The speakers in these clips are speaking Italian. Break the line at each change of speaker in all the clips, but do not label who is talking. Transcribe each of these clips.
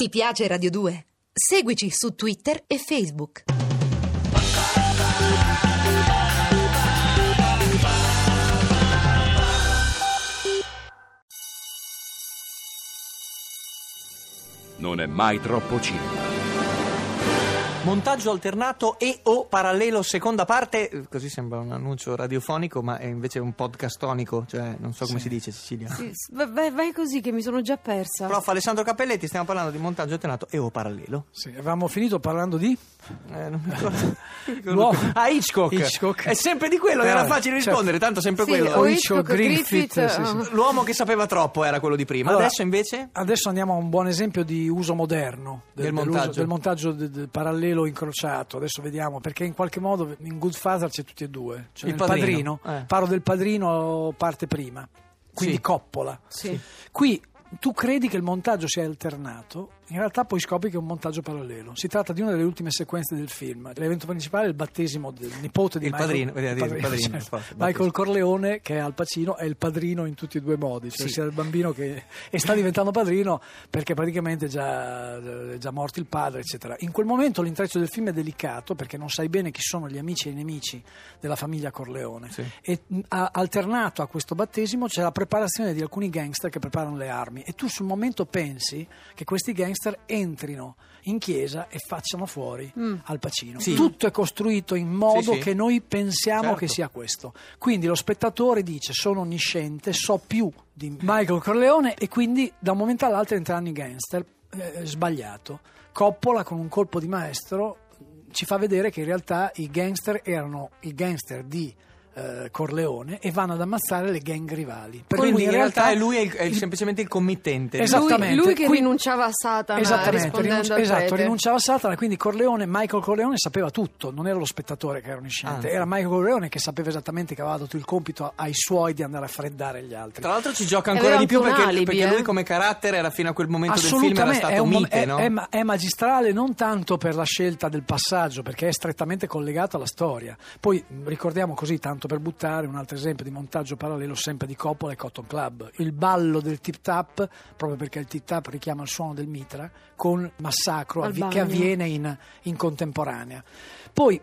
Ti piace Radio 2? Seguici su Twitter e Facebook.
Non è mai troppo cinema.
Montaggio alternato e o parallelo seconda parte, Eh, così sembra un annuncio radiofonico, ma è invece un podcastonico, cioè non so come si dice Sicilia.
Sì, s- vai- Vai, vai così che mi sono già persa.
Prof. Alessandro Cappelletti, stiamo parlando di montaggio alternato e o parallelo.
Sì, avevamo finito parlando di
Eh, non mi ricordo.
L'uomo-
Ah, Hitchcock.
Hitchcock.
È sempre di quello, era
Eh,
facile
certo.
rispondere, tanto sempre
Sì,
quello.
o
Hitchcock,
Hitchcock,
Griffith,
Griffith,
sì, sì.
eh,
L'uomo che sapeva troppo era quello di prima,
Allora,
adesso invece?
Adesso andiamo a un buon esempio di uso moderno de-
Del
dell'uso-
montaggio.
del montaggio de- de- parallelo incrociato. Adesso vediamo perché in qualche modo in Goodfather c'è tutti e due. Cioè
Il
nel
padrino, eh.
Parlo del padrino parte prima, quindi
Sì.
coppola.
Sì.
Qui tu credi che il montaggio sia alternato, in realtà poi scopri che è un montaggio parallelo. Si tratta di una delle ultime sequenze del film. L'evento principale è il battesimo del nipote di
Il
Michael,
padrino, volevo dire, il padrino,
certo.
forse, il
Michael
battesimo.
Corleone, che è Al Pacino, è il padrino in tutti e due i modi, cioè
Sì.
sia il bambino che e sta diventando padrino perché praticamente è già, è già morto il padre, eccetera. In quel momento l'intreccio del film è delicato perché non sai bene chi sono gli amici e i nemici della famiglia Corleone
Sì.
e mh, a- alternato a questo battesimo c'è la preparazione di alcuni gangster che preparano le armi e tu sul momento pensi che questi gangster entrino in chiesa e facciano fuori Al Pacino.
Sì.
Tutto è costruito in modo
Sì, sì.
che noi pensiamo
Certo.
che sia questo. Quindi lo spettatore dice sono onnisciente, so più di Michael Corleone e quindi da un momento all'altro entrano i gangster. Eh, sbagliato. Coppola con un colpo di maestro ci fa vedere che in realtà i gangster erano i gangster di eh, Corleone e vanno ad ammazzare le gang rivali. Per
Quindi
cui
in realtà, è lui è, il- è il- semplicemente il committente.
Esatto. Esattamente.
Lui, lui che
Qui-
rinunciava a Satana
Esattamente,
rispondendo
rinuncia-
al
esatto,
prete.
rinunciava a Satana, quindi Corleone, Michael Corleone sapeva tutto, non era lo spettatore che era onnisciente,
Anzi.
era Michael Corleone che sapeva esattamente che aveva dato il compito ai suoi di andare a freddare gli altri.
Tra l'altro ci gioca ancora
Aveva
di più
anche un
perché,
alibi,
perché
eh.
lui come carattere era fino a quel momento del film era
Assolutamente,
stato
è, un mom-
mite,
è-
no?
è ma- è magistrale non tanto per la scelta del passaggio, perché è strettamente collegato alla storia. Poi mh, ricordiamo così, tanto per buttare, un altro esempio di montaggio parallelo sempre di Coppola e Cotton Club. Il ballo del tip tap, proprio perché il tip tap richiama il suono del mitra, con il massacro
Al
avvi-
bagno.
che avviene in, in contemporanea. Poi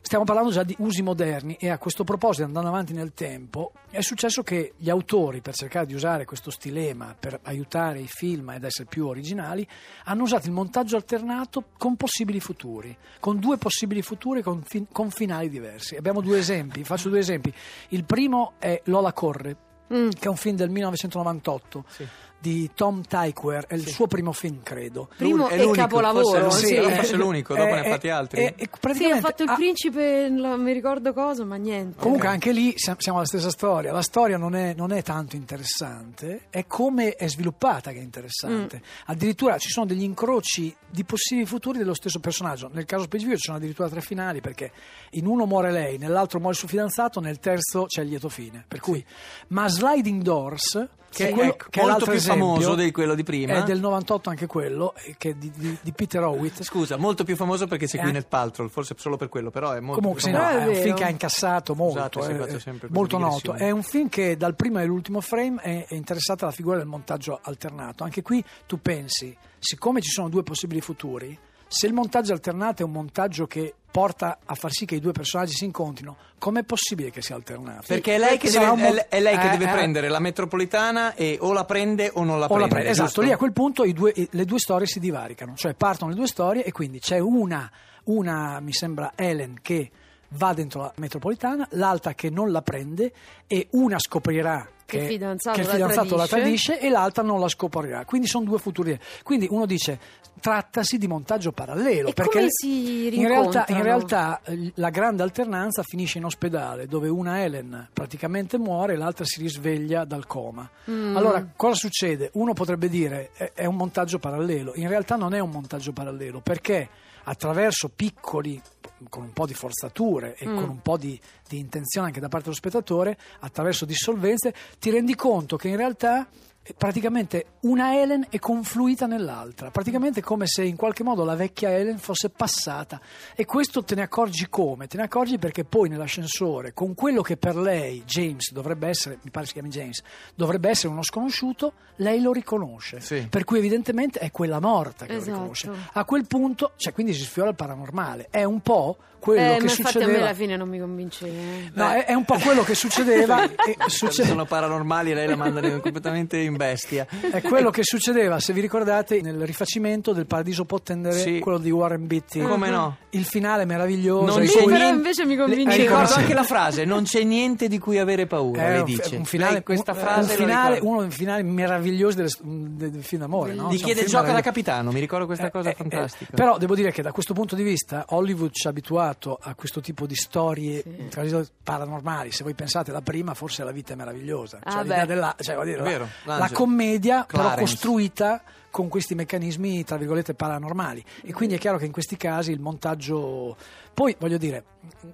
Stiamo parlando già di usi moderni e a questo proposito, andando avanti nel tempo, è successo che gli autori, per cercare di usare questo stilema per aiutare i film ad essere più originali, hanno usato il montaggio alternato con possibili futuri, con due possibili futuri con, fin- con finali diversi. Abbiamo due esempi, faccio due esempi. Il primo è Lola Corre,
Mm.
che è un film del 1998
Sì.
di Tom Tykwer, è il suo primo film, credo.
Primo
È
e
l'unico,
capolavoro.
forse è
sì.
l'unico, forse è l'unico, dopo ne ha fatti altri.
e- e
Sì, ha
praticamente
fatto il
ha-
principe, non mi ricordo cosa, ma niente.
Comunque anche lì siam- siamo alla stessa storia, la storia non è, non è tanto interessante, è come è sviluppata che è interessante,
Mm.
addirittura ci sono degli incroci di possibili futuri dello stesso personaggio, nel caso specifico ci sono addirittura tre finali perché in uno muore lei, nell'altro muore il suo fidanzato, nel terzo c'è il lieto fine, per cui... Ma Sliding Doors, che
Sì,
è, quello,
ecco,
che è
molto
l'altro
più
esempio,
famoso di quello di prima.
è del 98 anche quello, eh, che è di, di- di Peter Howitt,
eh, Scusa, molto più famoso perché c'è
Eh.
Gwyneth Paltrow, forse solo per quello, però è molto
Comunque,
più Esatto,
sì,
Però
famoso.
è
no, è un
vero.
film che ha incassato molto,
Scusate se
eh,
faccio sempre queste
molto noto.
digressioni.
È un film che dal primo all'ultimo frame è, è interessata alla figura del montaggio alternato. Anche qui tu pensi, siccome ci sono due possibili futuri, se il montaggio alternato è un montaggio che porta a far sì che i due personaggi si incontrino, com'è possibile che sia alternato?
Perché è lei che
Sarà
deve,
un mon-
è- è lei che
Eh,
deve
eh,
prendere la metropolitana e o la prende o non la
o
prende.
la pre- esatto,
giusto?
lì a quel punto i due- i- le due storie si divaricano, cioè partono le due storie e quindi c'è una, una mi sembra Helen che va dentro la metropolitana, l'altra che non la prende e una scoprirà
Che
che,
il fidanzato
che il
la
fidanzato la
tradisce.
tradisce e l'altra non la scoprirà. Quindi sono due futuri. Quindi uno dice trattasi di montaggio parallelo.
E
perché
come si
in realtà,
rincontrano?
in realtà eh, la grande alternanza finisce in ospedale dove una Helen praticamente muore e l'altra si risveglia dal coma.
Mm.
Allora, cosa succede? Uno potrebbe dire è, è un montaggio parallelo. In realtà non è un montaggio parallelo perché attraverso piccoli con un po' di forzature e
Mm.
con un po' di, di intenzione anche da parte dello spettatore, attraverso dissolvenze, ti rendi conto che in realtà E Praticamente una Helen è confluita nell'altra, praticamente come se in qualche modo la vecchia Helen fosse passata e questo te ne accorgi come? Te ne accorgi perché poi nell'ascensore con quello che per lei James dovrebbe essere, mi pare si chiami James, dovrebbe essere uno sconosciuto, lei lo riconosce,
Sì.
per cui evidentemente è quella morta che
Esatto.
lo riconosce. A quel punto, cioè quindi si sfiora il paranormale, è un po' quello
Eh, ma
che
infatti a me
succedeva
alla fine non mi convinceva. eh.
No, è, è un po' quello che succedeva. e succe-
Sono paranormali, lei la manda in- completamente in bestia.
È quello che succedeva, se vi ricordate, nel rifacimento del Paradiso può tendere,
Sì.
quello di Warren Beatty.
Come no?
Il finale meraviglioso.
Non
in
c'è
cui-
Lì però
niente-
invece
Mi
mi
Eh,
convinceva.
ricordo
sì.
anche la frase: Non c'è niente di cui avere paura.
è
lei
Eh, un fi-
dice
un finale,
Lei questa
un-
frase
un
la
finale,
ricorda.
uno dei finali meravigliosi del, del film d'amore.
Gli
No? C'è un
chiede
film
gioca da
meraviglioso.
capitano. Mi ricordo questa cosa
Eh, eh,
fantastica.
eh, però devo dire che da questo punto di vista Hollywood ci ha abituato a questo tipo di storie tra virgolette, paranormali. Se voi pensate la prima, forse la vita è meravigliosa.
Ah,
Cioè,
beh.
l'idea della- cioè, voglio dire, la-
Vero,
la,
l'angelo.
commedia però
Clarence.
costruita con questi meccanismi tra virgolette paranormali e quindi è chiaro che in questi casi il montaggio poi voglio dire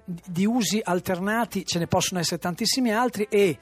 di- di usi alternati ce ne possono essere tantissimi altri e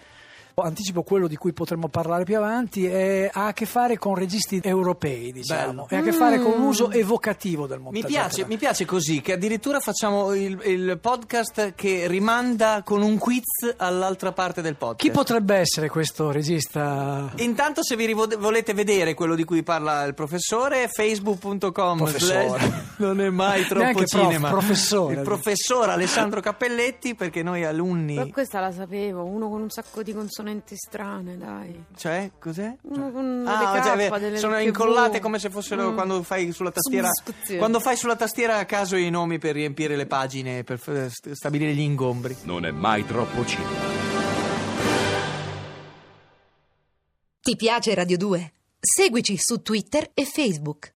anticipo quello di cui potremmo parlare più avanti è- ha a che fare con registi europei diciamo
Bello. Mm.
e ha a che fare con un uso evocativo del
mi
montaggio
piace,
alternativo.
mi piace così che addirittura facciamo il, il podcast che rimanda con un quiz all'altra parte del podcast.
chi potrebbe essere questo regista
Intanto, se vi rivo- volete vedere quello di cui parla il professore, facebook.com.
Professore.
slash- Non è mai troppo
Neanche prof,
cinema.
professore.
Il professor Alessandro Cappelletti, perché noi
Ma
alunni.
questa la sapevo, uno con un sacco di consonanti strane, dai.
Cioè, cos'è?
Uno con
Ah,
le
cioè,
K,
beh,
delle
sono
W.
incollate come se fossero
Mm.
quando fai sulla tastiera.
Subscrizione.
Quando fai sulla tastiera a caso i nomi per riempire le pagine, per f- st- stabilire gli ingombri.
Non è mai troppo cinema.
Ti piace Radio 2? Seguici su Twitter e Facebook.